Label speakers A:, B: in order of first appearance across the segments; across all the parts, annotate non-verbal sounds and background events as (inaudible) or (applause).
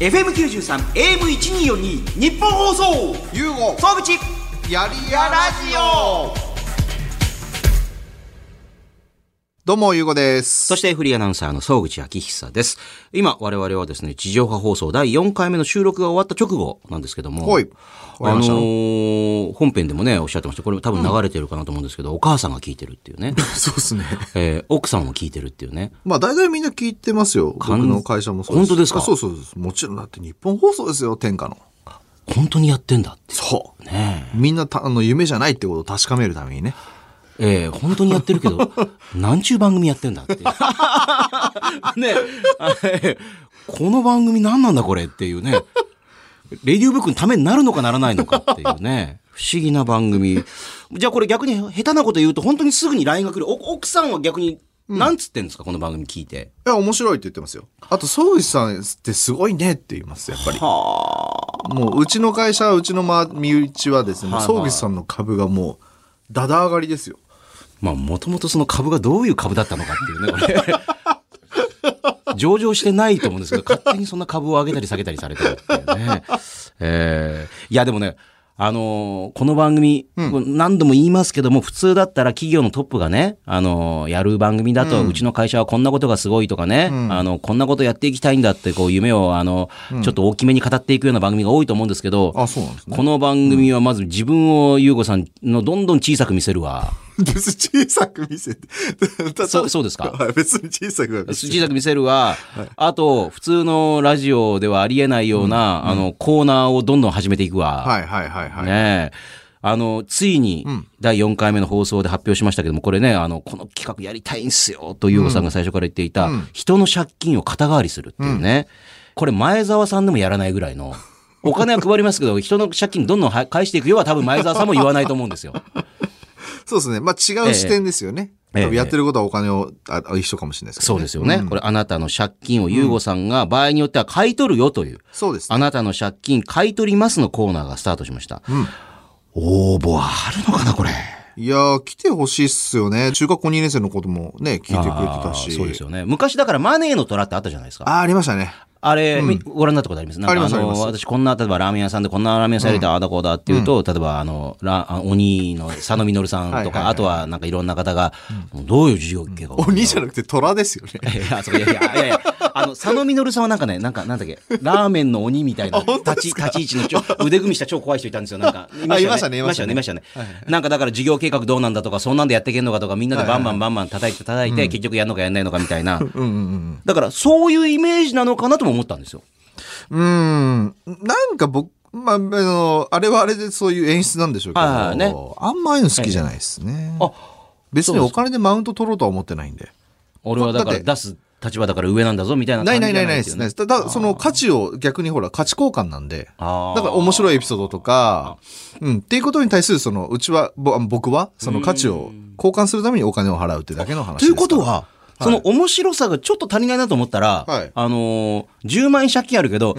A: FM93 AM1242 日本放送
B: ユーゴ
A: 総口
B: やりやラジオどうも、ゆうごです。
A: そしてフリーアナウンサーの総口昭久です。今、我々はですね、地上波放送第4回目の収録が終わった直後なんですけども、
B: はい終わり
A: あの
B: ました
A: ー本編でもね、おっしゃってました。これ多分流れてるかなと思うんですけど、お母さんが聞いてるってい
B: (laughs)
A: うね、
B: (laughs) そうですね。
A: えー奥さんも聞いてるっていうね、
B: まあ、大体みんな聞いてますよ。僕
A: ん
B: の会社もそうです。
A: 本当ですか
B: あそうそうそう。もちろん、だって日本放送ですよ、天下の。
A: 本当にやってんだって。
B: そう。
A: ね
B: みんなた、あの、夢じゃないってことを確かめるためにね。
A: ええー本当にやってるけ (laughs) ど、何ちゅう番組やってんだって。 (laughs) ねえあれこの番組何なんだこれっていうね。レディオブックのためになるのかならないのかっていうね。不思議な番組。じゃあこれ逆に下手なこと言うと本当にすぐに LINE が来る。お奥さんは逆に何つってんですか、この番組聞いて。
B: いや、面白いって言ってますよ。あと、総口さんってすごいねって言います、やっぱり。もう、うちの会社、うちのま身内はですね、もう総口さんの株がもう、だだ上がりですよ。
A: まあもともとその株がどういう株だったのかっていうね、こ (laughs) れ。上場してないと思うんですけど、勝手にそんな株を上げたり下げたりされてるっていうね。えーいやでもね、あのーこの番組、何度も言いますけども、普通だったら企業のトップがね、あのーやる番組だと、うちの会社はこんなことがすごいとかね、あの、こんなことやっていきたいんだって、こう、夢を、あの、ちょっと大きめに語っていくような番組が多いと思うんですけど、
B: あ、そうなんですね。
A: この番組はまず自分を優子さんのどんどん小さく見せるわ。
B: (laughs) 別に小さく見せて。
A: (laughs) そうそうですか
B: (laughs) はい別に小さくは見せて
A: 小さく見せるは、あと、普通のラジオではありえないような、あの、コーナーをどんどん始めていくわ。
B: はいはいはいはい。
A: ねえ。あの、ついに、第4回目の放送で発表しましたけども、これね、あの、この企画やりたいんすよ、と、ゆうごさんが最初から言っていた、人の借金を肩代わりするっていうね。これ、前澤さんでもやらないぐらい (laughs) の。お金は配りますけど、人の借金どんどんは返していくよは多分前澤さんも言わないと思うんですよ。
B: そうですね。まあ違う視点ですよね。
A: ええ
B: 多分やってることはお金を、ああ一緒かもしれないですけど、
A: (laughs) そうですよね。これ、あなたの借金をゆうごさんが場合によっては買い取るよという。
B: そうです。
A: あなたの借金買い取りますのコーナーがスタートしました。応募はあるのかな、これ。
B: いやー、来てほしいっすよね。中学校2年生のこともね、聞いてくれてた
A: あー
B: し。
A: そうですよね。昔だからマネーの虎ってあったじゃないですか。あ
B: あー、ありましたね。
A: れ、みご覧になったことありますなんか
B: あります
A: の
B: あります
A: 私こんな、例えばラーメン屋さんでこんなラーメン屋さんやりたい、ああだこうだっていうと、例えばあの、ラあ鬼の佐野実さんとか、
B: はいはいはい
A: あとはなんかいろんな方が、どういう事業計画を
B: 鬼じゃなくて虎ですよね。
A: いや、そういやいやいやいや、あの、佐野実さんはなんかね、なんか、なんだっけ、ラーメンの鬼みたいな、立ち、立ち位置のちょ、腕組みした超怖い人いたんですよ、なんか。
B: あいましたね
A: いましたね、いましたね。なんかだから事業計画どうなんだとか、そんなんでやっていけんのかとか、みんなでバンバンバンバン叩いて叩いて、結局やんのかやんないのかみたいな。だから、そういうイメージなのかなとも思ったんですよ。
B: うーん。なんか僕、まあ、あの、あれはあれでそういう演出なんでしょうけど、
A: はいはいね
B: あんまああいうの好きじゃないですね。
A: あ、
B: 別にお金でマウント取ろうとは思ってないんで。
A: 俺はだか
B: だ
A: ら
B: って
A: 出す立場だから上なんだぞ、みたいな
B: な
A: 感
B: い
A: じじ
B: な
A: ゃ
B: いないないで
A: って
B: す
A: う
B: ね。。ただ、その価値を逆にほら、価値交換なんで、だ
A: あー
B: から面白いエピソードとか、うん、っていうことに対する、その、うちは、ぼ僕は、その価値を交換するためにお金を払うってだけの話
A: と
B: ですか
A: いうこと
B: ら
A: は、その面白さがちょっと足りないなと思ったら、
B: はい
A: あのー、10万円借金あるけど、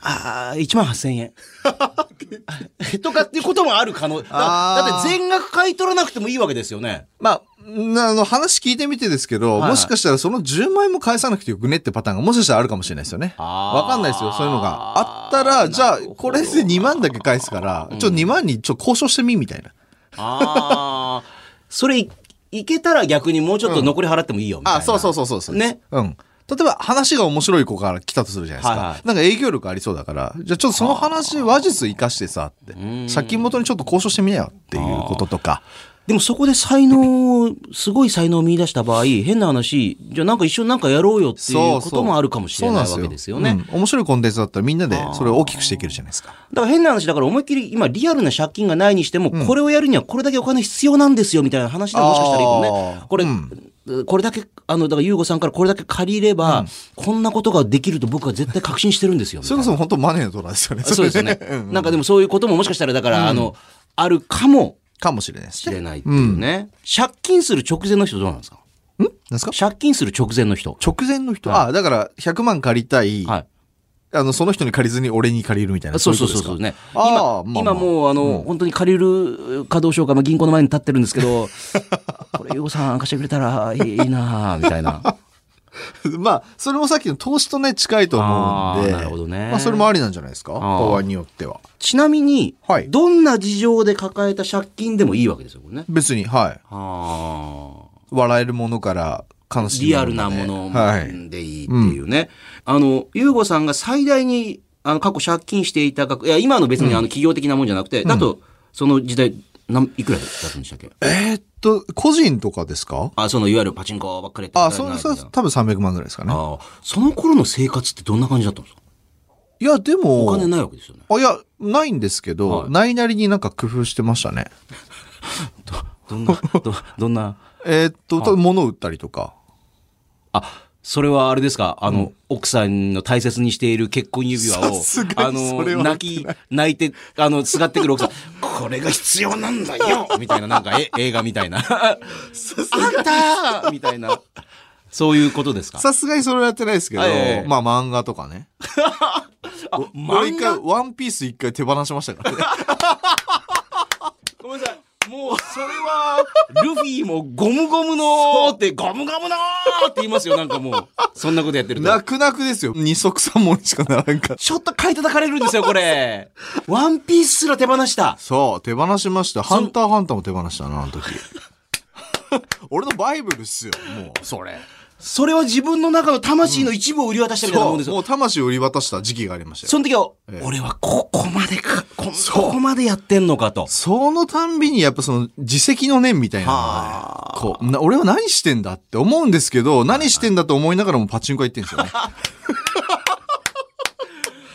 A: あー1万8000円。 (laughs) とかっていうこともある可能。だ
B: あー
A: だって全額買い取らなくてもいいわけですよね。
B: まあ、なあの、話聞いてみてですけど、
A: はい
B: もしかしたらその10万円も返さなくてよくねってパターンがもしかしたらあるかもしれないですよね。
A: あー
B: わかんないですよ、そういうのが。あったら、じゃあ、これで2万だけ返すから、ちょ、2万にちょ、交渉してみ、みたいな。
A: ああ。それい、いけたら逆にもうちょっと残り払ってもいいよみたいな。
B: あ、そうそう
A: そ
B: そうそうそう。
A: ね。
B: うん。例えば話が面白い子から来たとするじゃないですか。
A: はいはい
B: なんか影響力ありそうだから、じゃあちょっとその話話術生かしてさって、借金元にちょっと交渉してみなよっていうこととか。
A: でもそこで才能を、すごい才能を見出した場合、変な話、じゃあなんか一緒になんかやろうよっていうこともあるかもしれないわけですよね。。
B: うん面白いコンテンツだったらみんなでそれを大きくしていけるじゃないですか。
A: だから変な話だから思いっきり今リアルな借金がないにしても、これをやるにはこれだけお金必要なんですよみたいな話でもしかしたらいいかもね
B: あ。ー
A: これ、これだけ、あの、だから優吾さんからこれだけ借りれば、こんなことができると僕は絶対確信してるんですよ。み
B: そ
A: た
B: れ
A: い
B: こ
A: な
B: そ本当マネーの虎ですよね。。
A: (laughs) そうですよね
B: (laughs) うん
A: なんかでもそういうことももしかしたらだから、あの、あるかも
B: かもしれないです
A: し
B: ね。
A: れないっていうね。借金する直前の人どうなんですか
B: んなんですか
A: 借金する直前の人。
B: 直前の人。あ、だから100万借りたい。
A: はい。
B: あの、その人に借りずに俺に借りるみたいな。
A: そうそう
B: い
A: そう
B: こと
A: そう
B: です
A: ね。
B: かあ
A: 今
B: ー、まあま
A: 今
B: あ
A: もうあの、本当に借りるかどうしようか、まあ、銀行の前 (laughs) (laughs) に立ってるんですけど、これ、ゆうごさん貸してくれたらいいなあみたいな。
B: (laughs) まあ、それもさっきの投資とね、近いと思うんで。
A: あーなるほどね
B: まあ、それもありなんじゃないですか
A: ー
B: 場合によっては。
A: ちなみに、
B: はい
A: どんな事情で抱えた借金でもいいわけですよ、これね。
B: 別に、はい。
A: はあ。
B: 笑えるものから悲しい
A: リアル
B: もの
A: な
B: まで
A: もの
B: はい。
A: でいいっていうね。あの、ゆうごさんが最大に、あの、過去借金していた額、いや、今の別にあの、企業的なもんじゃなくて、だと、その時代、なんいくらだったんでしたっけ
B: えーっと、個人とかですか
A: あ、その、いわゆるパチンコばっかりやって
B: あ、
A: た
B: そ
A: ん
B: う
A: じ
B: そ
A: ゃ
B: う
A: ないみたいな
B: 多分300万ぐらいですかね。
A: ああその頃の生活ってどんな感じだったんですか
B: いや、でも、
A: お金ないわけですよね。
B: あいや、ないんですけど、
A: はい
B: ないなりになんか工夫してましたね。
A: どんな、ど、どんな、
B: えーっと、多分物を売ったりとか。
A: あ、それはあれですか、あの、奥さんの大切にしている結婚指輪を、
B: さす
A: あ
B: がにそれ
A: の、
B: は
A: 泣き、泣いて、あの、すがってくる奥さん、これが必要なんだよみたいな、なんか、え、映画みたいな。あんたみたいな。そういうことですか
B: さすがにそれはやってないですけど、
A: あいやいや
B: まあ漫画とかね。
A: あ、
B: 俺
A: 漫
B: 一
A: 画
B: 回、ワンピース一回手放しましたから
A: (laughs)
B: ね。
A: ごめんなさい。もう、それは、ルフィもゴムゴムのーって、ゴムゴムのーって言いますよ。なんかもう、そんなことやってると。
B: 泣く泣くですよ。二足三本しかならんから。
A: ちょっと買い叩かれるんですよ、これ。 (laughs) ワンピースすら手放した。
B: そう、手放しました。ハンターハンターも手放したな、 (laughs) あの時。俺のバイブルっすよ、もう。それ。
A: それは自分の中の魂の一部を売り渡したみたいな
B: そ
A: もん
B: う、
A: です
B: も
A: よ。
B: う魂を売り渡した時期がありましたよ。
A: その時は、
B: ええ
A: 俺はここまでか、こここまでやってんのかと。
B: そのたんびにやっぱその自責の念みたいなのがね、こうな、俺は何してんだって思うんですけど、何してんだと思いながらもパチンコ行ってんです (laughs) よね。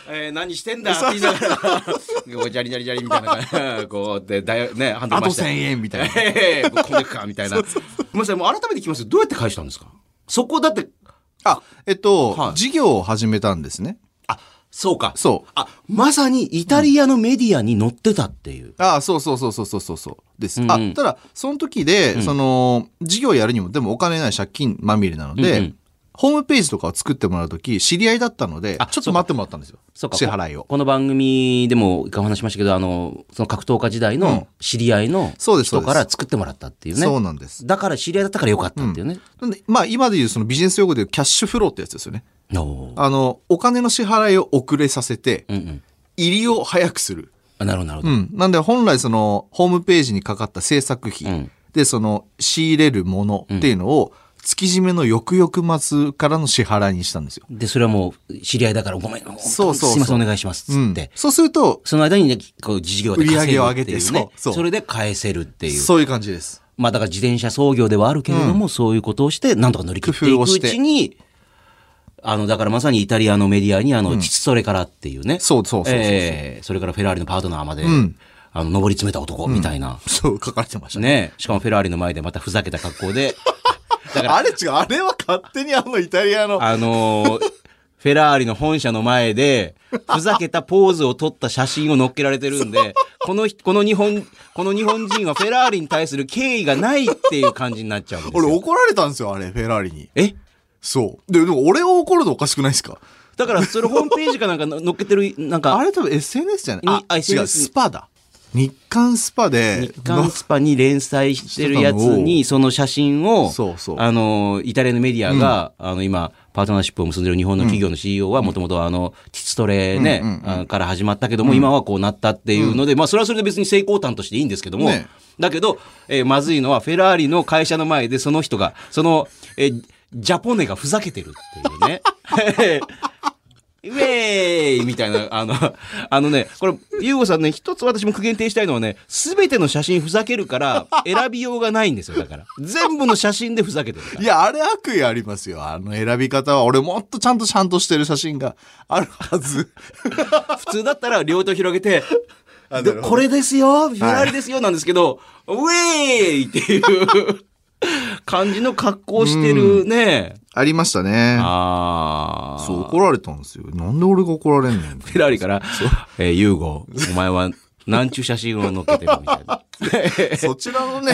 A: えー何してんだって言いながら、 (laughs) こうジャリジャリジャリみたいな感 (laughs) じ、こうで、だよね、ハンド
B: あ
A: ル
B: と
A: 回して
B: 1000円みたいな。
A: ええこんでか、みたいな。ごめんなさい、もう改めて聞きますよどうやって返したんですかそこだって、
B: あ、えっと、
A: はい
B: 事業を始めたんですね。
A: あ、そうか。
B: そう。
A: あ、まさにイタリアのメディアに載ってたっていう。
B: あそうそうそうそうそうそうそうです。
A: うんうん
B: あ、ただ、その時で、その、事業やるにも、でもお金ない借金まみれなので、
A: うんうん
B: ホームページとかを作ってもらう時知り合いだったので
A: あ、
B: ちょっと待ってもらったんですよ。
A: そうか
B: 支払いを
A: こ。この番組でも一回お話ししましたけど、あの、その格闘家時代
B: うん
A: の知り合いの
B: そうですそ
A: 人
B: うです
A: から作ってもらったっていうね。
B: そうなんです。
A: だから知り合いだったからよかったっていうね。
B: なんで、まあ、今でいうそのビジネス用語でいうキャッシュフローってやつですよね。
A: おー
B: あの、お金の支払いを遅れさせて、
A: うんうん。
B: 入りを早くする。
A: あなるほど、なるほ
B: う
A: ど。
B: ん。なんで、本来その、ホームページにかかった制作費、
A: うん
B: で、その、仕入れるものっていうのを、月締めの翌々末からの支払いにしたんですよ。
A: で、それはもう知り合いだからごめん、
B: そうそう
A: すいません、お願いします。つ
B: うん
A: って。
B: そうすると、
A: その間にね、こう、事業で稼ぐっていう、ね。
B: 売り上げを上げてそうそう
A: それで返せるっていう。
B: そういう感じです。
A: まあだから自転車操業ではあるけれども、そういうことをして、なんとか乗り切ってい
B: 工夫
A: く
B: を
A: う
B: して
A: ちに、あの、だからまさにイタリアのメディアに、あの、父それからっていうね。
B: そうそうそうそうそう
A: ええそれからフェラーリのパートナーまで、
B: ん
A: あの、上り詰めた男みたいな。
B: そう、書かれてましたね。
A: ね。しかもフェラーリの前でまたふざけた格
B: (laughs)
A: 好で、だから、
B: あれ違う、あれは勝手にあのイタリアの、
A: あのーフェラーリの本社の前で、ふざけたポーズを撮った写真を載っけられてるん
B: (laughs)
A: で、この人、この日本、この日本人はフェラーリに対する敬意がないっていう感じになっちゃうんですよ。
B: 俺怒られたんですよ、あれ、フェラーリに。
A: え
B: そう。で、でも俺を怒るとおかしくないですか
A: だから、それホームページかなんかの載っけてる、なん
B: あ
A: か、
B: れ多分 SNS じゃない
A: にあ
B: あ、違う、
A: SNS
B: スパだ。日刊スパで、
A: 日刊スパに連載してるやつに、その写真を、
B: そうそう
A: あの、イタリアのメディアが、あの、今、パートナーシップを結んでる日本の企業の CEO は、もともとあの、ティツトレね、
B: うんうんうん
A: あから始まったけども、今はこうなったっていうので、まあ、それはそれで別に成功談としていいんですけども、
B: ね
A: だけど、えーまずいのは、フェラーリの会社の前で、その人が、その、えージャポネがふざけてるって
B: (laughs)
A: いうね。ウェーイみたいな、あの、あのね、これ、ゆうごさんね、一つ私も苦言呈したいのはね、すべての写真ふざけるから、選びようがないんですよ、だから。全部の写真でふざけてるから。
B: いや、あれ悪意ありますよ。あの選び方は。俺もっとちゃんとちゃんとしてる写真が (laughs) あるはず。
A: 普通だったら両手を広げて、
B: あ
A: で
B: なるほど
A: これですよ、フェラーリですよ、なんですけど、ウェーイっていう感じの格好をしてるね。
B: ありましたね。
A: ああ。
B: そう、怒られたんですよ。なんで俺が怒られんねん。
A: フェラーリから、えー、ユーゴ、お前は、なんちゅう写真を載っけてるみたいな。
B: そちら (laughs) のね、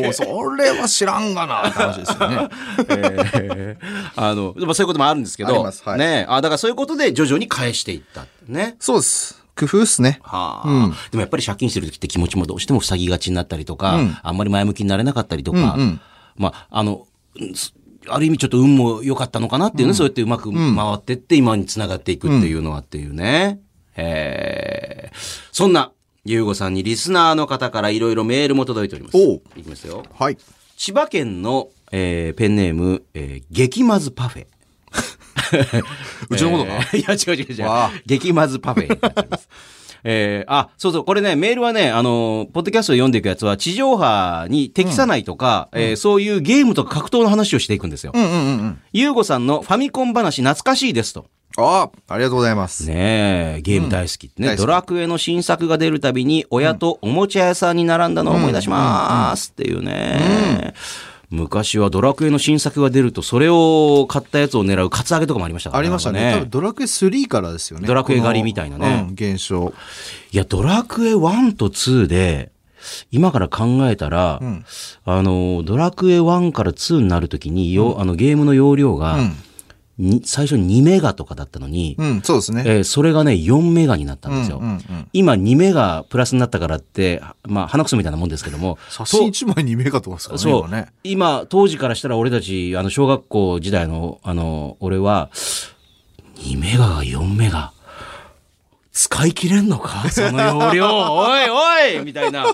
B: もうそれは知らんがなって話ですよね。
A: えーあの、まあそういうこともあるんですけど、
B: ありますはい
A: ね、あだからそういうことで徐々に返していったってね。
B: (laughs) そうです。工夫っすね。
A: はあ、でもやっぱり借金してる時って気持ちもどうしても塞ぎがちになったりとか、あんまり前向きになれなかったりとか、まあ、あの、うんすある意味ちょっと運も良かったのかなっていうね、そうやってうまく回ってって今につながっていくっていうのはっていうね。えーそんな、ゆうごさんにリスナーの方からいろいろメールも届いております。
B: おう
A: いきますよ。
B: はい。
A: 千葉県の、えーペンネーム、えー激まずパフェ。
B: うちのことか
A: えーいや、違う違う違
B: わあ
A: う。激まずパフェになっており
B: (laughs)
A: ます。えーあ、そうそう、これね、メールはね、あの、ポッドキャストを読んでいくやつは、地上波に適さないとか、えーそういうゲームとか格闘の話をしていくんですよ。
B: うんうんうんうん。
A: ゆうごさんのファミコン話懐かしいですと。
B: ああ、ありがとうございます。
A: ねえ、ゲーム大好きってね、
B: うん大好
A: ド
B: き
A: ラクエの新作が出るたびに、親とおもちゃ屋さんに並んだのを思い出しますっていうね。昔はドラクエの新作が出ると、それを買ったやつを狙うカツアゲとかもありましたから
B: ありましたね。多
A: なんか
B: 分ドラクエ3からですよね。
A: ドラクエ狩りみたいなね
B: このうん、現象。
A: いや、ドラクエ1と2で、今から考えたら、
B: ん
A: あの、ドラクエ1から2になるときによ、あの、ゲームの容量が、に最初2メガとかだったのに、
B: うん、そうですね。
A: えーそれがね、4メガになったんですよ。
B: うんうん。
A: 今2メガプラスになったからって、まあ、鼻くそみたいなもんですけども、
B: 写真1枚2メガとかですからね。
A: そう
B: 今ね。
A: 今、当時からしたら俺たち、あの、小学校時代の、あの、俺は、2メガが4メガ。使い切れんの (laughs) かその容量。おいおいみたいな。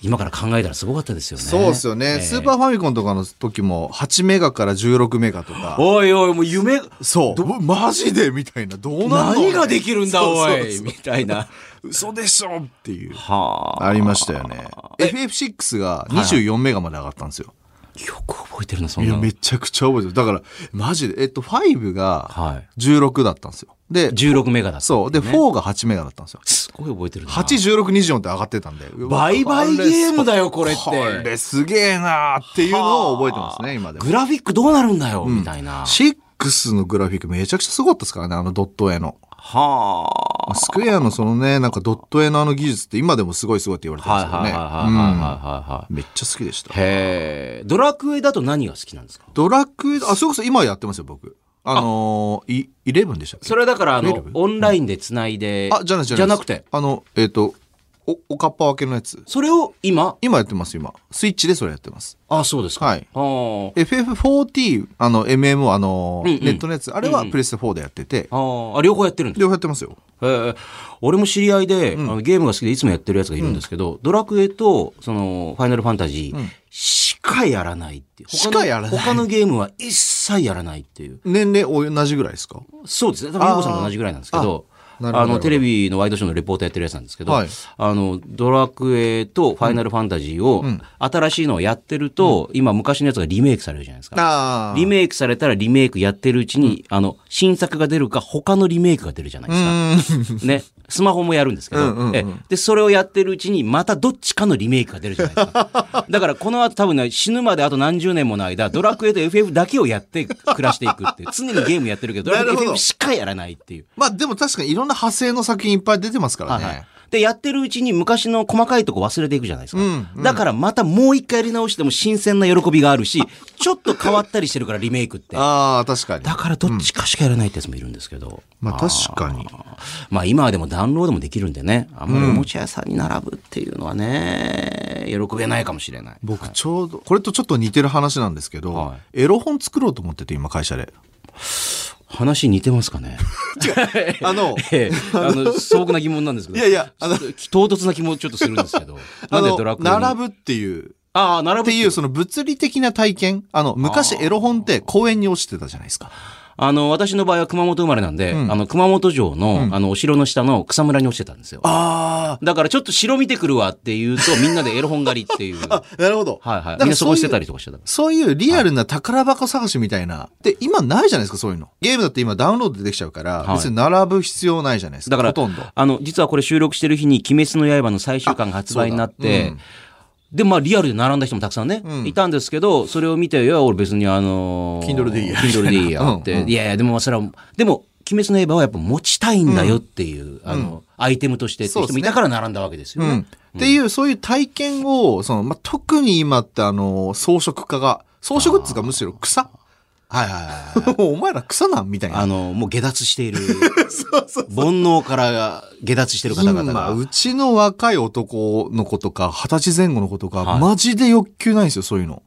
A: 今から考えたらすごかったですよね。
B: そうですよね、
A: ええ
B: スーパーファミコンとかの時も8メガから16メガとか。
A: おいおい、もう夢、
B: そう。マジでみたいな。どうなんの
A: 何ができるんだ、お
B: そう
A: い
B: そう
A: みたいな。
B: そう嘘でしょっていう。
A: (laughs) はあ。
B: ありましたよね。FF6 が24メガまで上がったんですよ。
A: よく覚えてるな、そ
B: い
A: んな
B: や、
A: の。
B: めちゃくちゃ覚えてる。だから、マジで、えっと、5が
A: はい。
B: 16だったんですよ。で、
A: 16メガだった。
B: そう。で、4が8メガだったんですよ。
A: すごい覚えてるな。
B: 8、16、24って上がってたんで。
A: 倍々ゲームだよこれって
B: これすげえなーっていうのを覚えてますね、今でも。
A: グラフィックどうなるんだよ、みたいな。
B: 6のグラフィックめちゃくちゃすごかったですからね、あのドット絵の。
A: は
B: スクエアのそのね、なんかドット絵のあの技術って今でもすごいすごいって言われて
A: あ。はい
B: ます
A: はいはいはい
B: よ
A: はいはい
B: ね
A: は
B: うん。めっちゃ好きでした
A: い。。へえ。ドラクエだと何が好きなんですか
B: ドラクエ、あ、それこそ今やってますよ、僕。あのー、い、11でしたっけ
A: それはだから、あの
B: 12、
A: オンラインでつないで。
B: あ、じゃなくて。
A: じゃなくて。。
B: あの、えっ、と、お、おかっぱ分けのやつ。
A: それを今、
B: 今やってます、今。スイッチでそれやってます。
A: あ、そうですか。
B: はい
A: は
B: FF40、あの、MMO、あの、
A: うんうん
B: ネットのやつ、あれはプレステ4でやってて、
A: あ。はあ。あ、両方やってるんです
B: 両方やってますよ。
A: へえ俺も知り合いで、あのゲームが好きでいつもやってるやつがいるんですけど、ドラクエと、その、ファイナルファンタジー、しかやらないっていう。他
B: し
A: の
B: かやらない
A: 他のゲームは一切やらないっていう。
B: 年齢同じぐらいですか
A: そうですね。多分、ゆうこさんと同じぐらいなんですけど、
B: あなるほどなる
A: あの、
B: ほど
A: テレビのワイドショーのレポーターやってるやつなんですけど、
B: はい
A: あの、ドラクエとファイナルファンタジーを、新しいのをやってると、今昔のやつがリメイクされるじゃないですか。
B: あ
A: リメイクされたらリメイクやってるうちに、あの、新作が出るか他のリメイクが出るじゃないです
B: (laughs)
A: か。ね、スマホもやるんですけど、
B: うんうんうん
A: えで、それをやってるうちに、またどっちかのリメイクが出るじゃないです
B: (laughs)
A: か。だから、この後多分ね、死ぬまであと何十年もの間、ドラクエと FF だけをやって暮らしていくっていう、常にゲームやってるけど、ドラ
B: な
A: ク
B: る
A: エ
B: ほど
A: FF しかやらないっていう。
B: まあでも確かにいろんな派生の作品いっぱい出てますからね。
A: はいはいで、やってるうちに昔の細かいとこ忘れていくじゃないですか。
B: うん
A: だからまたもう一回やり直しても新鮮な喜びがあるし、ちょっと変わったりしてるからリメイクって。
B: ああ、確かに。
A: だからどっちかしかやらないってやつもいるんですけど。
B: まあ確かに。
A: まあ今はでもダウンロードもできるんでね、あんまりおもちゃ屋さんに並ぶっていうのはね、喜べないかもしれない。
B: 僕ちょうど、これとちょっと似てる話なんですけど、
A: は
B: エロ本作ろうと思ってて今会社で。
A: 話似てますかね
B: あの、
A: (laughs) ええあの、素朴な疑問なんですけど。
B: いやいや、あの、
A: 唐突な気もちょっとするんですけど。な
B: あ
A: んで
B: の
A: ドラクエに
B: 並ぶっていう、
A: ああ、並ぶ
B: っていう、その物理的な体験。あの、昔エロ本って公園に落ちてたじゃないですか。
A: あの、私の場合は熊本生まれなんで、あの、熊本城の、あの、お城の下の草むらに落ちてたんですよ。
B: あ
A: だからちょっと城見てくるわっていうと、みんなでエロ本狩りっていう。は
B: (laughs) あ、なるほど。
A: いはい。
B: だ
A: みん
B: から
A: なそこしてた
B: ういう
A: りとかしてた。
B: そういうリアルな宝箱探しみたいな。で、今ないじゃないですか、そういうの。ゲームだって今ダウンロードでできちゃうから、
A: はい
B: 別に並ぶ必要ないじゃないですか。
A: だから
B: ほとんど。
A: あの、実はこれ収録してる日に、鬼滅の刃の最終巻が発売になっ
B: あそうだ
A: て、で、まあ、リアルで並んだ人もたくさんね、いたんですけど、それを見て、いや、俺別にあのー、
B: Kindle でいいや
A: Kindle でいいやっ
B: うん
A: て、いやいや、でもそれは、でも、鬼滅の刃はやっぱ持ちたいんだよっていう、あの、アイテムとしてっていう人もいたから並んだわけですよ
B: う
A: ね。
B: ん。っていう、そういう体験を、その、まあ、特に今ってあの、装飾家が、装飾っつうかむしろ草
A: はいはいはいはい。
B: も (laughs) うお前ら草なんみたいな。
A: あの、もう下脱してい (laughs) る。煩悩から下脱してる方々
B: 今、
A: が。
B: うちの若い男の子とか、二十歳前後の子とか、マジで欲求ないんですよ、そういうの。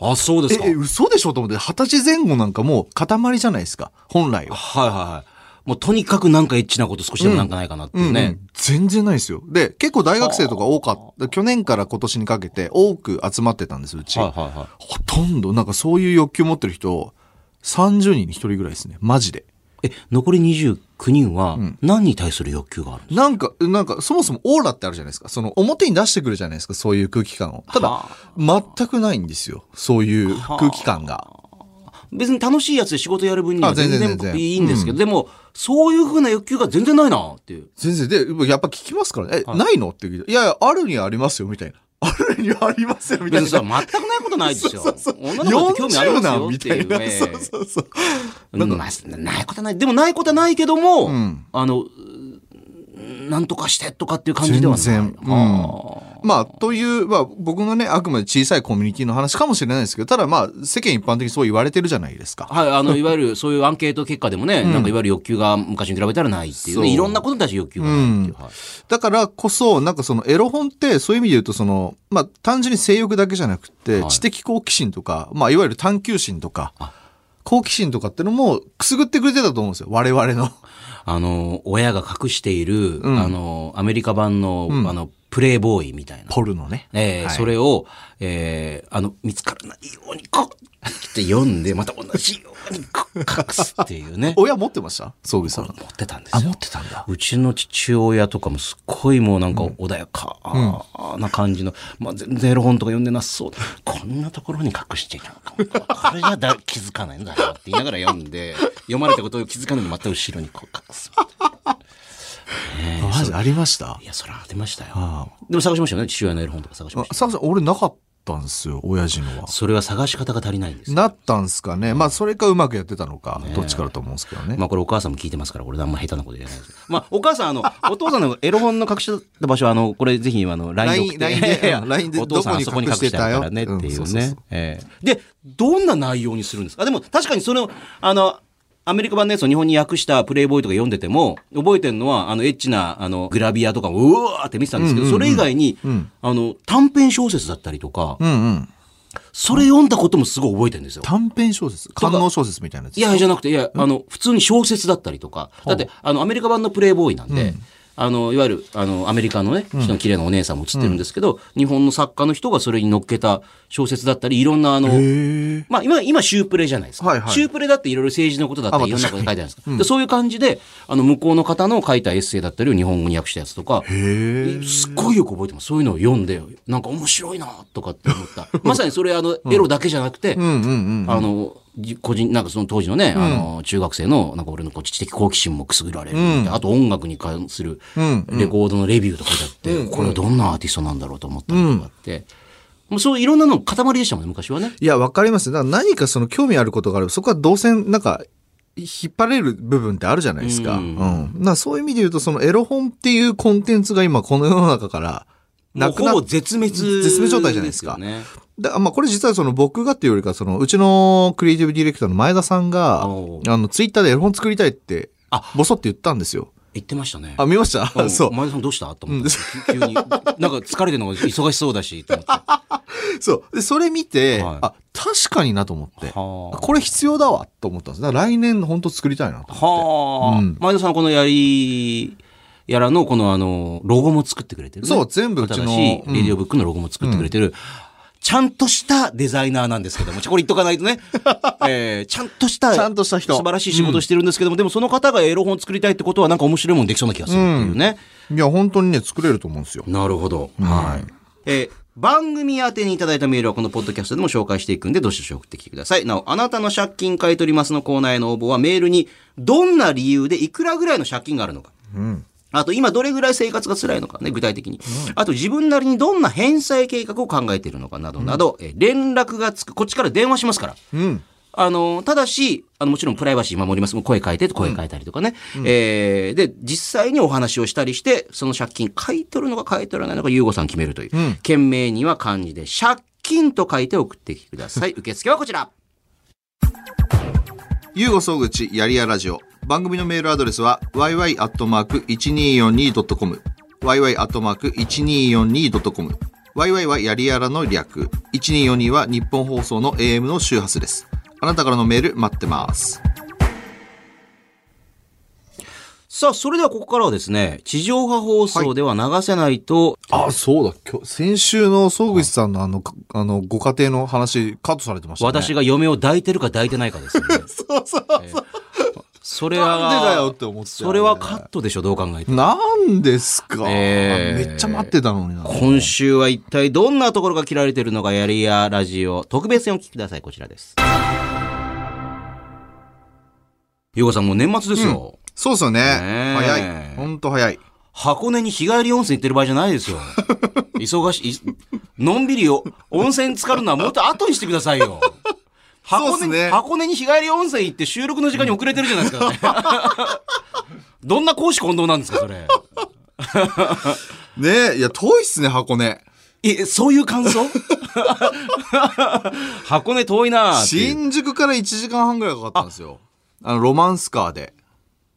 A: ああ、そうですか。
B: え、え嘘でしょと思って、二十歳前後なんかもう塊じゃないですか、本来は。
A: はいはいはい。もうとにかくなんかエッチなこと少しでもなんかないかなって
B: うん
A: いううんね。
B: 全然ないですよ。で、結構大学生とか多かった。去年から今年にかけて多く集まってたんです、うち。
A: はいはいはい。
B: ほとんど、なんかそういう欲求持ってる人、30人に1人ぐらいですね。マジで。
A: え、残り29人は何に対する欲求があるんです
B: なんか、なんか、そもそもオーラってあるじゃないですか。その、表に出してくるじゃないですか、そういう空気感を。ただ
A: は、
B: 全くないんですよ。そういう空気感が。
A: か別に楽しいやつで仕事やる分には
B: あ全
A: 全
B: 然
A: 然
B: 全然
A: いいんですけど、でも、そういうふうな欲求が全然ないなっていう。
B: 先生、で、やっぱ聞きますからね。え、ないのって聞いて。いやいや、あるにはありますよ、みたいな。 (laughs) あるにはありますよ、みた
A: 別
B: い
A: に
B: な。
A: さ、全くないことないで
B: (laughs)
A: すよ。女の子って興味あり
B: 40
A: ます
B: な
A: よ
B: ん
A: っ
B: み
A: て
B: た
A: い
B: いう
A: ね
B: な。。そうそうそう。
A: うんまあ、ないことはない。でもないことはないけども、
B: ん
A: あの、うんなんとかしてとかっていう感じではない。
B: 全然うん
A: あ
B: まあ、という、まあ、僕のね、あくまで小さいコミュニティの話かもしれないですけど、ただまあ、世間一般的にそう言われてるじゃないですか。
A: ーはい、あの、いわゆるそういうアンケート結果でもね、なんかいわゆる欲求が昔に比べたらないっていう
B: そ
A: ね、
B: う
A: いろんなことに対して欲求がないっていう。はい
B: だからこそ、なんかそのエロ本って、そういう意味で言うと、その、まあ、単純に性欲だけじゃなくて、
A: い
B: 知的好奇心とか、まあ、いわゆる探求心とか、好奇心とかってのもくすぐってくれてたと思うんですよ。我々の。
A: あの、親が隠している、あの、アメリカ版の、あの、プレイボーイみたいな。
B: (laughs) ポルノね。
A: えー
B: はい。
A: それを、えーあの、見つからないように、こうって読んで、また同じように、こう隠すっていうね (laughs)
B: 親持ってましたそうさん。
A: 持ってたんですよ。
B: てたんだ。
A: うちの父親とかもすっごいもうなんか穏やかな感じの、まあ、全然エロ本とか読んでなさそうこんなところに隠していたのかこれじゃだ気づかないんだなって言いながら読んで読まれたことを気づかないのにまた後ろにこう隠す
B: あマジありました
A: いやそれは出ましたよでも探しましたよね父親のエロ本とか探しました
B: さん俺なかったんですよ、親父のは。
A: それは探し方が足りないんです
B: なったんすかね。まあ、それかうまくやってたのか、どっちかだと思うんですけどね。
A: まあこれお母さんも聞いてますから、俺あんま下手なこと言えないです。 (laughs) まあお母さん、
B: (laughs)
A: あの、お父さんのエロ本の隠した場所は、あの、これぜひ、あの、LINE で送って。
B: LINE で LINE で
A: お父さんあ
B: ど
A: そ
B: こ
A: こ
B: に隠
A: に隠
B: して
A: してあ
B: たよ
A: るからねってい
B: うんそ
A: う
B: うそうそ
A: ね
B: う。
A: ええで、どんな内容にするんですかあでも確かにそれを、あの、アメリカ版のやつを日本に訳したプレイボーイとか読んでても、覚えてるのは、あの、エッチな、あの、グラビアとかも、うわーって見てたんですけど、それ以外に、あの、短編小説だったりとか、
B: うんうん。
A: それ読んだこともすごい覚えてるんですよ。
B: 短編小説官能小説みたいなやつ
A: いや、じゃなくて、いや、あの、普通に小説だったりとか、だって、あの、アメリカ版のプレイボーイなんで、あの、いわゆる、あの、アメリカのね、人の綺麗なお姉さんも写ってるんですけど、日本の作家の人がそれに乗っけた小説だったり、いろんな、あの、
B: へ
A: まあ、今、今、シュープレじゃないですか。
B: はいはい
A: シュープレだっていろいろ政治のことだった
B: あまあ
A: り、いろんなこと書いてあるんですか。でそういう感じで、あの、向こうの方の書いたエッセイだったりを日本語に訳したやつとか、
B: え
A: すっごいよく覚えてます。そういうのを読んで、なんか面白いなとかって思った。まさにそれ、あの、エロだけじゃなくて、
B: うんうんうん
A: あの、じ個人、なんかその当時のね、あの、中学生の、なんか俺のこう知的好奇心もくすぐられるみたいな、あと音楽に関する、
B: ん
A: レコードのレビューとかだって、これはどんなアーティストなんだろうと思ったりとかあって、もうそういろんなの塊でしたもんね、昔はね。
B: いやわかりますだから何かその興味あることがあるそこは動線なんか引っ張れる部分ってあるじゃないですか、う
A: うんん
B: なそういう意味で言うとそのエロ本っていうコンテンツが今この世の中からなくな
A: もうほ
B: っ
A: ぼ絶滅、
B: 絶滅状態じゃないですか
A: よね、
B: だまあこれ実はその僕がっていうよりかそのうちのクリエイティブディレクターの前田さんがあ
A: おう
B: のツイッターでエロ本作りたいって
A: あ
B: ボソって言ったんですよ
A: 言ってましたね。
B: あ見ました (laughs) そう
A: 前田さんどうしたと思って、急に、なんか疲れてるのが忙しそうだし、と思
B: (laughs)
A: って。
B: そう。で、それ見て、
A: はい
B: あ、確かになと思って、
A: はあ
B: これ必要だわと思ったんです。だから来年本当作りたいなと思って。
A: はあ、前田さんはこのやり、やらのこのあの、ロゴも作ってくれてる、ね。
B: そう全部うちの
A: 新し
B: うん
A: いレディオブックのロゴも作ってくれてる。ちゃんとしたデザイナーなんですけども、ちょこれ言っとかないと
B: (laughs)
A: ね。えーちゃんとした、
B: ちゃんとした人
A: 素晴らしい仕事をしてるんですけども、でもその方がエロ本作りたいってことはなんか面白いもんできそうな気がするっていうね。
B: いや、本当にね、作れると思うんですよ。
A: なるほど。はい。えー番組宛てにいただいたメールはこのポッドキャストでも紹介していくんで、どしどし送ってきてください。なお、あなたの借金買い取りますのコーナーへの応募はメールに、どんな理由でいくらぐらいの借金があるのか。あと、今どれぐらい生活が辛いのかね、具体的に。あと、自分なりにどんな返済計画を考えているのかなどなど、えー連絡がつく、こっちから電話しますから。
B: うん。
A: あの、ただし、あの、もちろんプライバシー守ります。もう声変えて、声変えたりとかね。えーで、実際にお話をしたりして、その借金買い取るのか買い取らないのか、ゆうごさん決めるという。件名には漢字で、借金と書いて送ってきてください。 (laughs) 受付はこちら。
B: ゆうご総口やりやラジオ。番組のメールアドレスは、yy.1242.com。yy.1242.com。ワイワイはやりやらの略。1242は日本放送の AM の周波数です。あなたからのメール待ってます。
A: さあ、それではここからはですね、地上波放送では流せないと、
B: あ、そうだ。今日、先週の総口さんのあの、かあの、ご家庭の話、カットされてましたね。
A: 私が嫁を抱いてるか抱いてないかですよね。 (laughs) そうそうそう。それは、
B: なんでだよって思ってたよね
A: それはカットでしょ、どう考えても。
B: なんですか、
A: えー
B: めっちゃ待ってたのにな。
A: 今週は一体どんなところが切られてるのか、やりやラジオ、特別編をお聞きください、こちらです。ゆうこさん、もう年末ですよ。
B: そうですよね。
A: ねえ
B: 早い。ほんと早い。
A: 箱根に日帰り温泉行ってる場合じゃないです (laughs) よ。忙しい、のんびりよ、温泉浸かるのはもっと後にしてくださいよ。箱
B: そう
A: 根
B: っ
A: に、
B: すね
A: 箱根に日帰り温泉行って収録の時間に遅れてるじゃないです (laughs) か、ね。どんな公私混同なんですか、それ。
B: ねえ、いや、遠いっすね、箱根。
A: え、そう (laughs) いう感想 (laughs) 箱根遠いなっていう
B: 新宿から1時間半ぐらいかかったんですよ。あの、ロマンスカーで。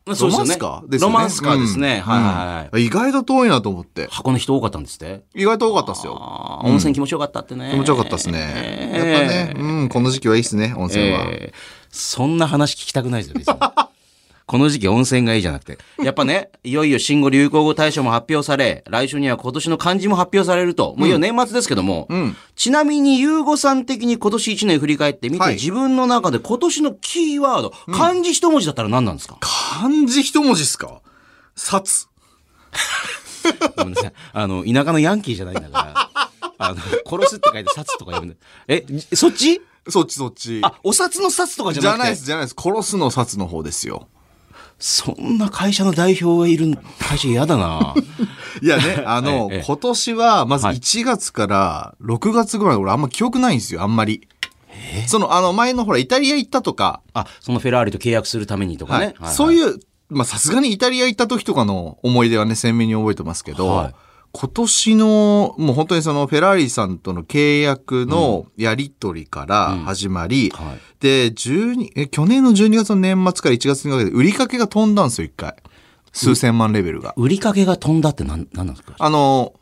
A: まあそうですよ
B: ロマン
A: ね
B: スカーですよ
A: ロ
B: ね
A: マンスカーですね。
B: うん
A: はいはいはい。
B: うん意外と遠いなと思って。
A: 箱根人多かったんですって。
B: 意外と多かったっすよ。
A: あー温泉気持ちよかったってね。
B: 気持ちよかったっすね。やっぱね、うん、この時期はいいっすね、温泉は。
A: えーそんな話聞きたくないですよ、別
B: (laughs)
A: にこの時期温泉がいいじゃなくて。やっぱね、いよいよ新語・流行語大賞も発表され、来週には今年の漢字も発表されると。もういよいよ年末ですけども。ちなみに、ゆうごさん的に今年1年振り返ってみて、
B: はい
A: 自分の中で今年のキーワード、漢字一文字だったら何なんですか、
B: 漢字一文字っすか札。
A: ごめんなさい。あの、田舎のヤンキーじゃないんだから。あの、殺すって書いて殺とか呼ぶんだ。え、じそっち
B: そっちそっち。
A: あ、お札の札とかじゃ
B: じ
A: なく
B: ゃ
A: て
B: ないです、じゃないです。殺すの札の方ですよ。
A: そんな会社の代表がいる会社嫌だな
B: い
A: (laughs)
B: やね、あの、
A: ええ
B: 今年は、まず
A: はい
B: 1月から6月ぐらい、俺あんま記憶ないんですよ、あんまり。その、あの、前のほら、イタリア行ったとか、
A: あ、そのフェラーリと契約するためにとか
B: はい
A: ね。は
B: そう
A: う。
B: いう、まあ、さすがにイタリア行った時とかの思い出はね、鮮明に覚えてますけど、
A: はい
B: 今年の、もう本当にその、フェラーリさんとの契約のやり取りから始まり、
A: はい。
B: で、12え、去年の12月の年末から1月にかけて、売りかけが飛んだんですよ、一回。数千万レベルが。
A: 売りかけが飛んだってなん、なんなんですか
B: あの、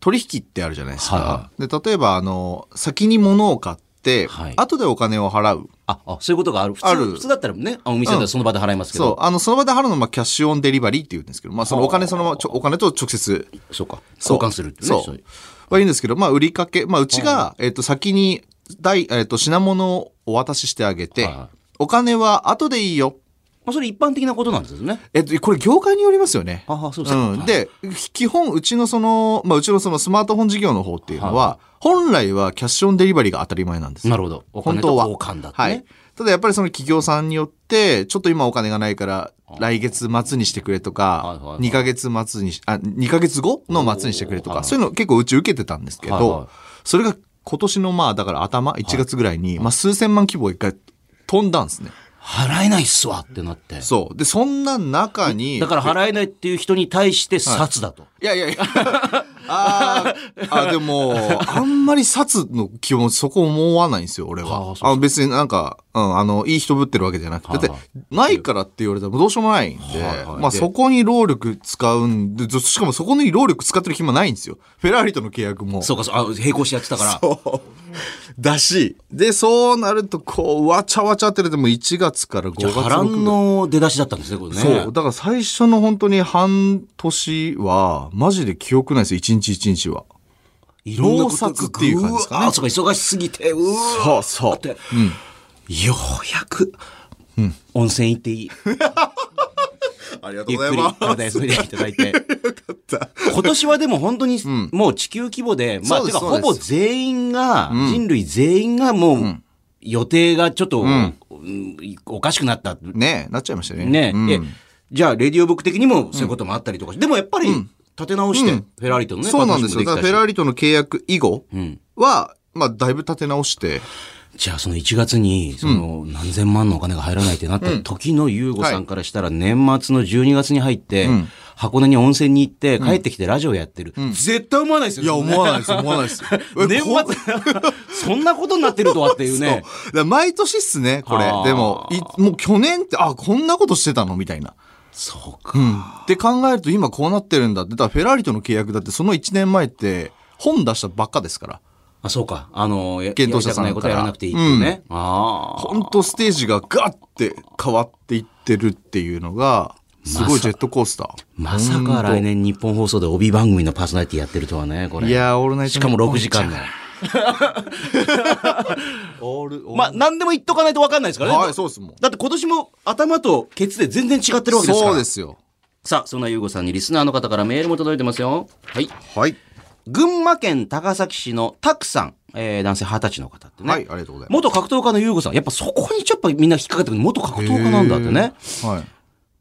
B: 取引ってあるじゃないですか。
A: は
B: で、例えば、あの、先に物を買って、
A: はい
B: 後でお金を払う。
A: あ、あ、そういうことがある。普通
B: ある
A: 普通だったらね、あお店だったらその場で払いますけ
B: そう
A: ど。。
B: あの、その場で払うのは、まあ、キャッシュオンデリバリーって言うんですけど、まあ、そのお金そのまま、ちょお金と直接
A: そう。か。
B: そう
A: 交換するってね。
B: そう
A: そういう
B: はいいんですけど、まあ、売りかけ、まあ、うちが、えっ、と、先に、大、えっ、と、品物をお渡ししてあげて、
A: はい
B: お金は後でいいよ。
A: まあ、それ一般的なことなんですね。
B: えっ、と、これ業界によりますよね。
A: ああ、そうですか。
B: うん、で、基本、うちのその、まあ、うちのそのスマートフォン事業の方っていうのは、本来はキャッシュオンデリバリーが当たり前なんですよ
A: なるほど。お金と交換だって
B: は
A: ね
B: い。。ただやっぱりその企業さんによって、ちょっと今お金がないから、来月末にしてくれと
A: はいはいは
B: か、
A: い
B: 2ヶ月末にし、あ、2ヶ月後の末にしてくれと
A: おー
B: か、そういうの結構うち受けてたんですけ
A: はいはい
B: ど、それが今年のまあだから頭、1月ぐらいに、まあ数千万規模が一回飛んだんですね。
A: 払えないっすわってなって。
B: そう。で、そんな中に、
A: だから払えないっていう人に対して殺だと。
B: いやい (laughs) やいや。あーあ、でも、あんまり殺の気持ちそこ思わないんですよ、俺
A: はあ
B: は
A: そうで。す
B: あの別になんか、うん、あの、いい人ぶってるわけじゃなくて。だ
A: はい
B: って
A: はい、
B: ないからって言われたらどうしようもないんで
A: はいはい、
B: まあそこに労力使うんで、ずしかもそこに労力使ってる暇ないんですよ。フェラーリとの契約も。
A: そうか、そうあ、並行してやってたから。
B: だし、で、そうなると、こう、わちゃわちゃってるでも1月から5
A: じゃあ
B: 月
A: 波乱の出だしだったんですね、これね。
B: そう。だから最初の本当に半年は、マジで記憶ないですよ、一日一日は。
A: いろんなこと
B: 忙殺っていう感じですかね
A: うわそうか、忙しすぎて、うわ
B: そうそ
A: って、ようやく、温泉行っ
B: (laughs)
A: ていい。
B: ありがと
A: ゆっくり体休めていただいて。今年はでも本当に、もう地球規模で、まあ、
B: そう
A: て
B: です
A: かほ
B: そ
A: ぼ
B: うで
A: 全員が、人類全員がもう、予定がちょっと、うんおかしくなった。
B: ねえ、なっちゃいましたね。
A: ね、
B: うん
A: えじゃあ、レディオブック的にもそういうこともあったりとか、でもやっぱり、立て直して、フェラーリとのね、
B: そうなんですよ。
A: パ
B: だ
A: ー
B: からフ
A: トナーシップもできたし
B: ェラーリとの契約以後
A: ん
B: は、まあ、だいぶ立て直して、
A: じゃあその1月にその何千万のお金が入らないってなった時の優吾さんからしたら年末の12月に入って箱根に温泉に行って帰ってきてラジオやってる、絶対思わないですよ
B: いや、思わないです、思わないです。 (laughs) え
A: 年
B: こう
A: 末 (laughs) そんなことになってるとはっていうね
B: そうだから毎年っすね、これ
A: あー。
B: でも、いもう去年って、あ、こんなことしてたのみたいな。
A: そう
B: う
A: か
B: ん。って考えると今こうなってるんだって。だからフェラーリとの契約だって、その1年前って、本出したばっかですから。
A: あ、そうか。あの、や
B: 検討者
A: やりた
B: さ
A: く
B: んか
A: な
B: ら
A: いことはやらなくていいっていうね。ああ。
B: 本当ステージがガッて変わっていってるっていうのが、すごいジェットコースター。
A: まさか来年日本放送で帯番組のパーソナリティやってるとはね、これ。
B: いやー、オールナイト
A: しかも6時間
B: の
A: の。
B: オール、
A: まあ、何でも言っとかないと分かんないですからね。
B: はい、そうですもん。
A: だって今年も頭とケツで全然違ってるわけですから。
B: そうですよ。
A: さあ、そんなゆうごさんにリスナーの方からメールも届いてますよ。はい。
B: はい。
A: 群馬県高崎市のたくさん、えー、男性二十歳の方ってね。
B: はい、ありがとうございま
A: 元格闘家のゆうごさん。やっぱそこにちょっとみんな引っかかってくる。元格闘家なんだってね。
B: す。はい。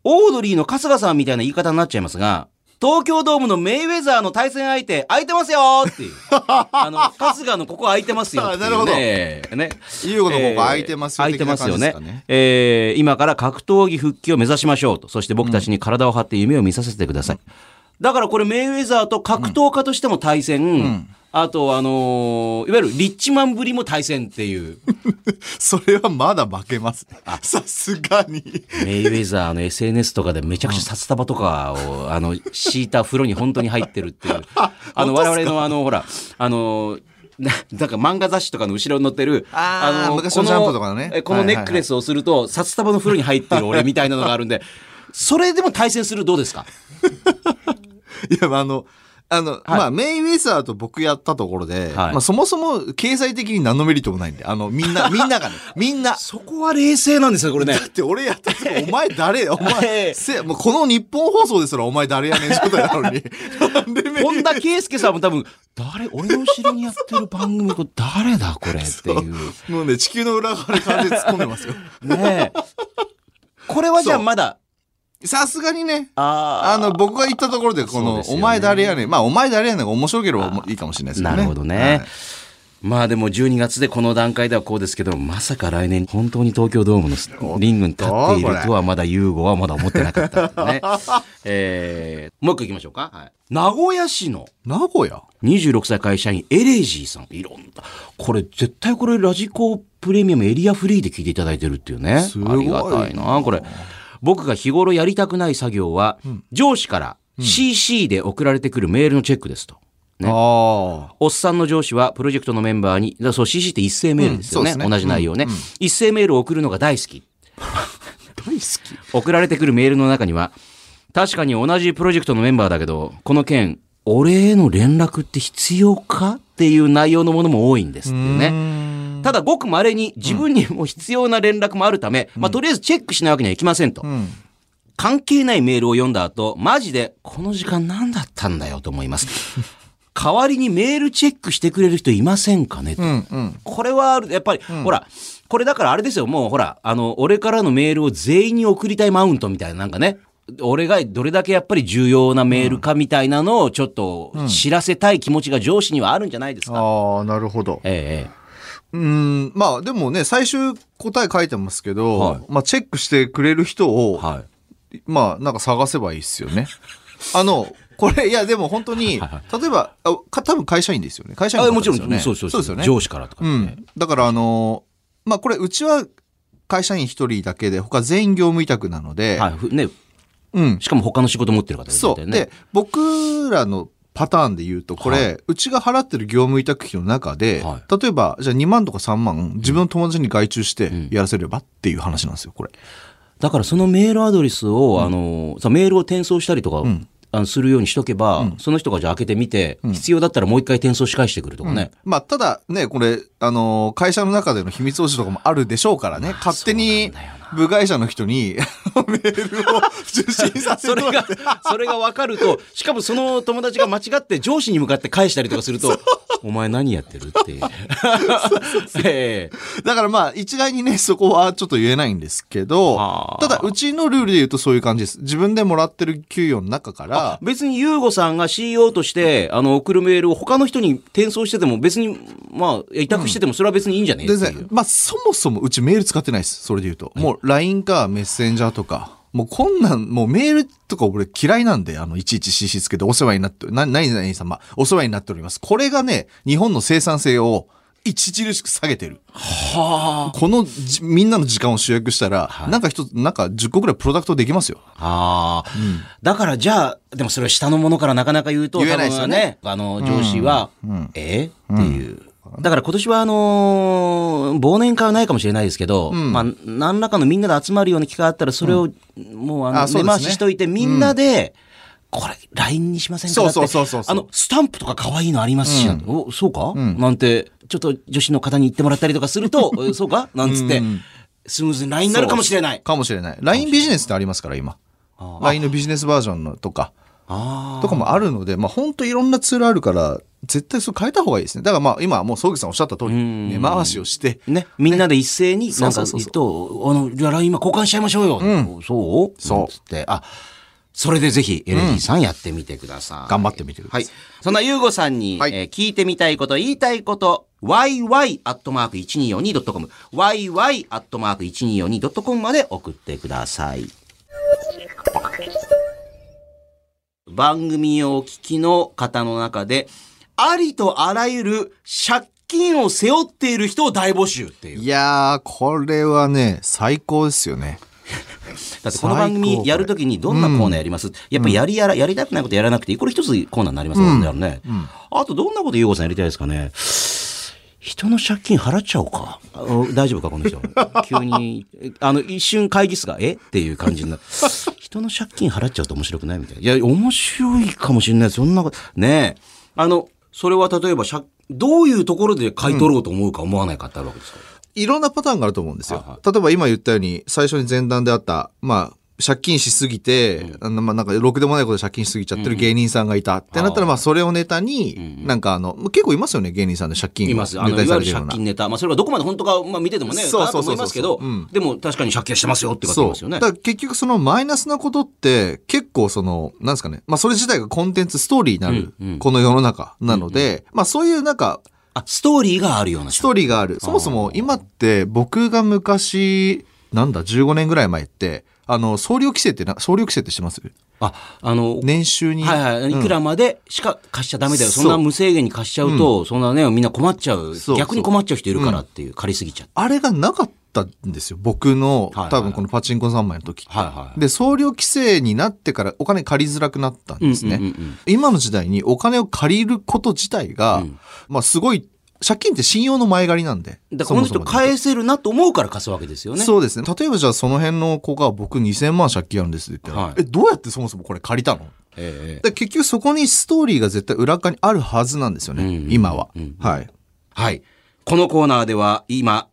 A: オードリーの春日さんみたいな言い方になっちゃいますが、東京ドームのメイウェザーの対戦相手、空いてますよーっていう。あの、春日のここ空いてますよっていう、ね。
B: あなるほど
A: ね。
B: (laughs) 優吾の方が空いてますよ
A: えー空いてますよ
B: 的な感
A: ね
B: じですかね。
A: えー今から格闘技復帰を目指しましょうと。そして僕たちに体を張って夢を見させてください。だからこれメイウェザーと格闘家としても対戦、あとあのーいわゆるリッチマンぶりも対戦っていう。
B: それはまだ負けますね。さすがに。
A: メイウェザーの SNS とかでめちゃくちゃ札束とかを、あの、敷いた風呂に本当に入ってる (laughs) っていう。あの、我々のあの、ほら、あの、ななんか漫画雑誌とかの後ろに載ってる、
B: あー昔の
A: こ
B: ジャンプとかのね
A: えこのネックレスをすると、札束の風呂に入ってる俺みたいなのがあるんで、それでも対戦するどうですか
B: いや、まああの、あの、まあ、メイウェザーと僕やったところで、
A: はい
B: まあ、そもそも経済的に何のメリットもないんで、あの、みん
A: (laughs)
B: な、みんながね、みんな。
A: そこは冷静なんですよ、これね。
B: だって俺やったと
A: (laughs)
B: こお前誰お前、
A: ええ
B: せ、もうこの日本放送ですらお前誰やねん状態なの
A: (laughs)
B: に。なんでメイウ
A: (laughs) 本田圭佑さんも多分、誰、俺の後ろにやってる番組、これ誰だ、これっていう。
B: もうね、地球の裏側に完全に突っ込んでますよ。
A: ねえ。これはじゃあまだ、
B: さすがにね、
A: あー
B: あの、僕が言ったところで、こ
A: そう
B: の、
A: ですよ
B: お
A: ね
B: 前誰やねん。まあ、お前誰やねんが面白ければいいかもしれないですけど
A: な
B: ね。
A: るほどね。まあでも12月でこの段階ではこうですけど、まさか来年本当に東京ドームのリングに立っているとはまだ優吾はまだ思ってなかったってい
B: (laughs)
A: うね。えー、もう一個行きましょうか。はい、名古屋市の
B: はい。名古屋
A: 26歳会社員エレジーさん。いろんな、これ絶対これラジコプレミアムエリアフリーで聞いていただいてるっていうね。
B: すごい
A: ありがたいな、これ。僕が日頃やりたくない作業は、上司から CC で送られてくるメールのチェックですと。ね
B: ああ。
A: おっさんの上司はプロジェクトのメンバーに、だからそう CC って一斉メールですよね。
B: うんそうですね
A: 同じ内容ね、一斉メールを送るのが大好き。
B: (laughs) 大好
A: 送られてくるメールの中には、確かに同じプロジェクトのメンバーだけど、この件、俺への連絡って必要かっていう内容のものも多いんですっていうね。
B: き。
A: ただごく稀に自分にも必要な連絡もあるため、まあとりあえずチェックしないわけにはいきませんと。
B: うん。
A: 関係ないメールを読んだ後、マジで、この時間何だったんだよと思
B: (laughs)
A: います。代わりにメールチェックしてくれる人いませんかねと
B: うん。うん。
A: これは、やっぱり、ほら、これだからあれですよ、もうほら、あの、俺からのメールを全員に送りたいマウントみたいな、なんかね、俺がどれだけやっぱり重要なメールかみたいなのをちょっと知らせたい気持ちが上司にはあるんじゃないですか。
B: ああ、なるほど。
A: ええ
B: うん。まあ、でもね、最終答え書いてますけど、
A: はい
B: まあ、チェックしてくれる人
A: ええ、
B: を、
A: はい。
B: まあ、なんか探せばいいっすよね。あの、これ、いや、でも本当に、例えば、あか多分会社員ですよね。会社員
A: あ
B: の
A: も
B: 方
A: ち
B: で
A: ろ
B: す
A: ん、
B: よ
A: そう
B: ね。
A: そうそう
B: ですよね。
A: 上司からとか
B: う
A: ね、
B: ん。だから、あのーまあ、これ、うちは会社員一人だけで、他全員業務委託なので、
A: はいふね。
B: うん。
A: しかも他の仕事持ってる方です
B: そ
A: よ
B: う。
A: ね。
B: で、僕らのパターンで言うと、これ、
A: は
B: うちが払ってる業務委託費の中で、
A: は
B: 例えば、じゃあ2万とか3万、自分の友達に外注してやらせればっていう話なんですよ、これ。
A: だからそのメールアドレスを、あのさメールを転送したりとか、あのするようにしとけば、その人がじゃあ開けてみて、必要だったらもう一回転送し返してくるとかね、
B: まあ、ただね、これ、あのー会社の中での秘密保持とかもあるでしょうからね、勝手に部外者の人にメールを受信させ
A: (laughs) そ
B: る
A: れ
B: とか
A: が、それが分かると、しかもその友達が間違って上司に向かって返したりとかすると、お前何やってるっていう。 (laughs) ええ
B: (laughs) だからまあ、一概にね、そこはちょっと言えないんですけど
A: あ、
B: た
A: ー
B: だ、うちのルールで言うとそういう感じです。自分でもらってる給与の中から、
A: 別にユーゴさんが CEO として、あの、送るメールを他の人に転送してても別に、まあ、委託しててもそれは別にいいんじゃねえって
B: 全
A: いう
B: 然。、まあ、そもそもうちメール使ってないです。それで言うと。もう LINE かメッセンジャーとか。もうこんなん、もうメールとか俺嫌いなんで、あの、いちいち CC つけてお世話になって、な、何々様、お世話になっております。これがね、日本の生産性を著しく下げてる。
A: は
B: このじみんなの時間を集約したら、
A: はい
B: なんか一つ、なんか10個ぐらいプロダクトできますよ。
A: あ。ああ、だからじゃあ、でもそれを下のものからなかなか言うと、
B: 言えないですよね
A: 多分あの、上司は、えっていう。だから今年はあのー忘年会はないかもしれないですけど、まあ、何らかのみんなで集まるような機会あったら、それを、もうあの
B: あそう
A: 根
B: ですね
A: 回ししといて、みんなで、これ、LINE にしませんかだって
B: そうそうそうそうそう
A: あの、スタンプとか可愛いのありますし、お、そうか、なんて、ちょっと女子の方に言ってもらったりとかすると、 (laughs) えそうかなんつって、スムーズに LINE になるかもしれない。
B: かもしれない。LINE ビジネスってありますから、今。LINE のビジネスバージョンのとか、
A: あ
B: とかもあるので、まあ本当いろんなツールあるから、絶対それ変えた方がいいですね。だからまあ今はもう、総口さんおっしゃった通り、根回しをして、
A: ね、みんなで一斉に、なんか
B: そうそうそう
A: 言うと、あの、じゃあ LINE 今交換しちゃいましょうよ。そう
B: そう
A: なんつって、あ、それでぜひ、エレジーさんやってみてください。
B: 頑張ってみてください
A: はい。そんなユーゴさんに、
B: はい
A: えー聞いてみたいこと、言いたいこと、yy.1242.com、yy.1242.com まで送ってください。番組をお聞きの方の中で、ありとあらゆる借金を背負っている人を大募集っていう。
B: いやー、これはね、最高ですよね。
A: だってこの番組やるときにどんなコーナーやります、やっぱやりやら、やりたくないことやらなくていい。これ一つコーナーになりますもんね。ねあとどんなことゆうごさんやりたいですかね人の借金払っちゃおうか。あお大丈夫かこの (laughs) 人。急に、えあの、一瞬会議室が、えっていう感じになる。人の借金払っちゃうと面白くないみたいな。いや、面白いかもしれない。そんなこと、ねえ。あの、それは例えば借、どういうところで買い取ろうと思うか思わないかってあるわけですか、
B: いろんなパターンがあると思うんですよ。
A: はいは
B: 例えば今言ったように、最初に前段であった、まあ、借金しすぎて、あのまあ、なんか、ろくでもないことで借金しすぎちゃってる芸人さんがいたってなったら、まあ、それをネタに、なんかあの、結構いますよね、芸人さんで借金
A: います。あの、いわゆる
B: ような。
A: 借金ネタ。まあ、それがどこまで本当か、まあ、見ててもね、
B: そう
A: かなと
B: そうそう
A: 思
B: そう
A: いますけど
B: うん、
A: でも確かに借金してますよって方いますよ
B: だ。
A: ね
B: から結局そのマイナスなことって結構その、なんですかね。まあそれ自体がコンテンツ、ストーリーになる、
A: うんうん
B: この世の中なので、まあそういうなんか、
A: あ、ストーリーがあるような
B: ストーリーがある。そもそも今って僕が昔、なんだ、15年ぐらい前って、あの、総量規制ってな、総量規制ってしてます
A: あ、あの、
B: 年収に。
A: はいはい。いくらまでしか貸しちゃダメだよ。そんな無制限に貸しちゃうと、そんなね、みんな困っちゃう
B: そう。
A: 逆に困っちゃう人いるからっていう、借りすぎちゃって。
B: あれがなかったんですよ。僕の
A: はいはいは、い
B: 多分このパチンコ三昧の時って。
A: はいはい
B: で、総量規制になってからお金借りづらくなったんですね。
A: うんうんうんうん
B: 今の時代にお金を借りること自体が、まあすごい、借金って信用の前借りなんで。
A: だからこの人
B: そもそもね
A: 返せるなと思うから貸すわけですよね。
B: そうですね。例えばじゃあその辺の子が僕2000万借金あるんですって言ったら、
A: はい
B: え、どうやってそもそもこれ借りたの
A: ええ。
B: で結局そこにストーリーが絶対裏側にあるはずなんですよね、
A: うん
B: 今は、はい
A: はい。このコーナーでは今、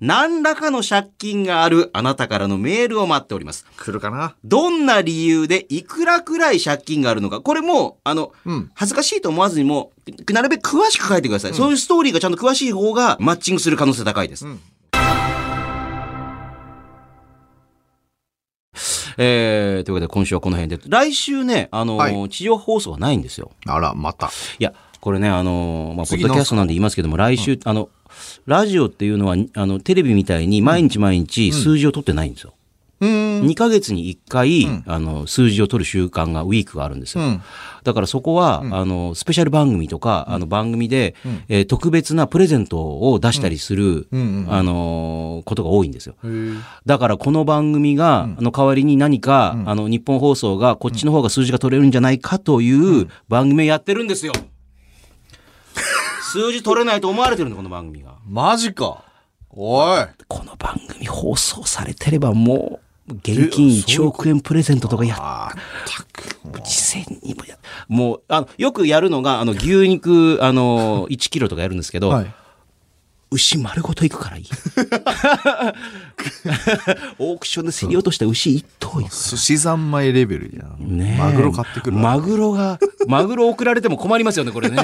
A: 何らかの借金があるあなたからのメールを待っております。
B: 来るかな
A: どんな理由でいくらくらい借金があるのか。これも、あの、
B: うん
A: 恥ずかしいと思わずにも、なるべく詳しく書いてください。そういうストーリーがちゃんと詳しい方がマッチングする可能性高いです。
B: うん
A: えー、ということで今週はこの辺で。来週ね、あのー
B: は
A: 地上放送はないんですよ。
B: あらまた
A: いや、これね、あのーまあ、ポッ
B: 次
A: ドキャストなんで言いますけども、来週、あの、ラジオっていうのは、あの、テレビみたいに毎日毎日数字を取ってないんですよ。
B: うーん
A: 2ヶ月に1回、あの、数字を取る習慣が、ウィークがあるんですよ。
B: うん
A: だからそこは、あの、スペシャル番組とか、あの、番組で、えー特別なプレゼントを出したりする、
B: うんうん
A: あのーことが多いんですよ。
B: うん
A: だからこの番組が、あの代わりに何か、あの日本放送がこっちの方が数字が取れるんじゃないかという番組をやってるんですよ。数字取れないと思われてるのこの番組が。
B: マジかおい
A: (laughs) この番組放送されてればもう現金1億円プレゼントとかやっ
B: あったくもう
A: 事前にもやもうあのよくやるのがあの牛肉あの1キロとかやるんですけど、
B: はい
A: 牛丸ごとい
B: (laughs)
A: くからいい (laughs) オークションで競り落とした牛1頭いく
B: 寿司三昧レベルやん
A: ねえ
B: マグロ買ってくるわ
A: マグロが、マグロ送られても困りますよね、これ
B: (laughs)
A: ね。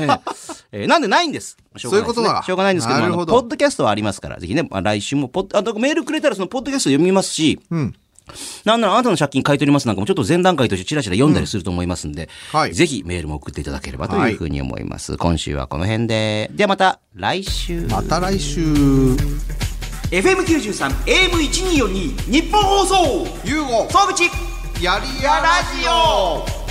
A: えーなんでないんです。しょ
B: そ
A: がなです
B: ういうことだ
A: しょうがないんですけども
B: なる
A: あ
B: ほ
A: の
B: ど
A: ポッドキャストはありますから、ぜひね、まあ、来週もポッ、あとメールくれたらそのポッドキャスト読みますし、
B: うん
A: なんならあなたの借金買い取りますなんかもちょっと前段階としてチラチラ読んだりすると思いますんで、
B: うんはい
A: ぜひメールも送っていただければというふうに思います。今週はこの辺で。ではまた来週。
B: また来週ユ
A: FM93、AM1242、日本放送
B: ーゴ
A: 総口
B: やりやラジオ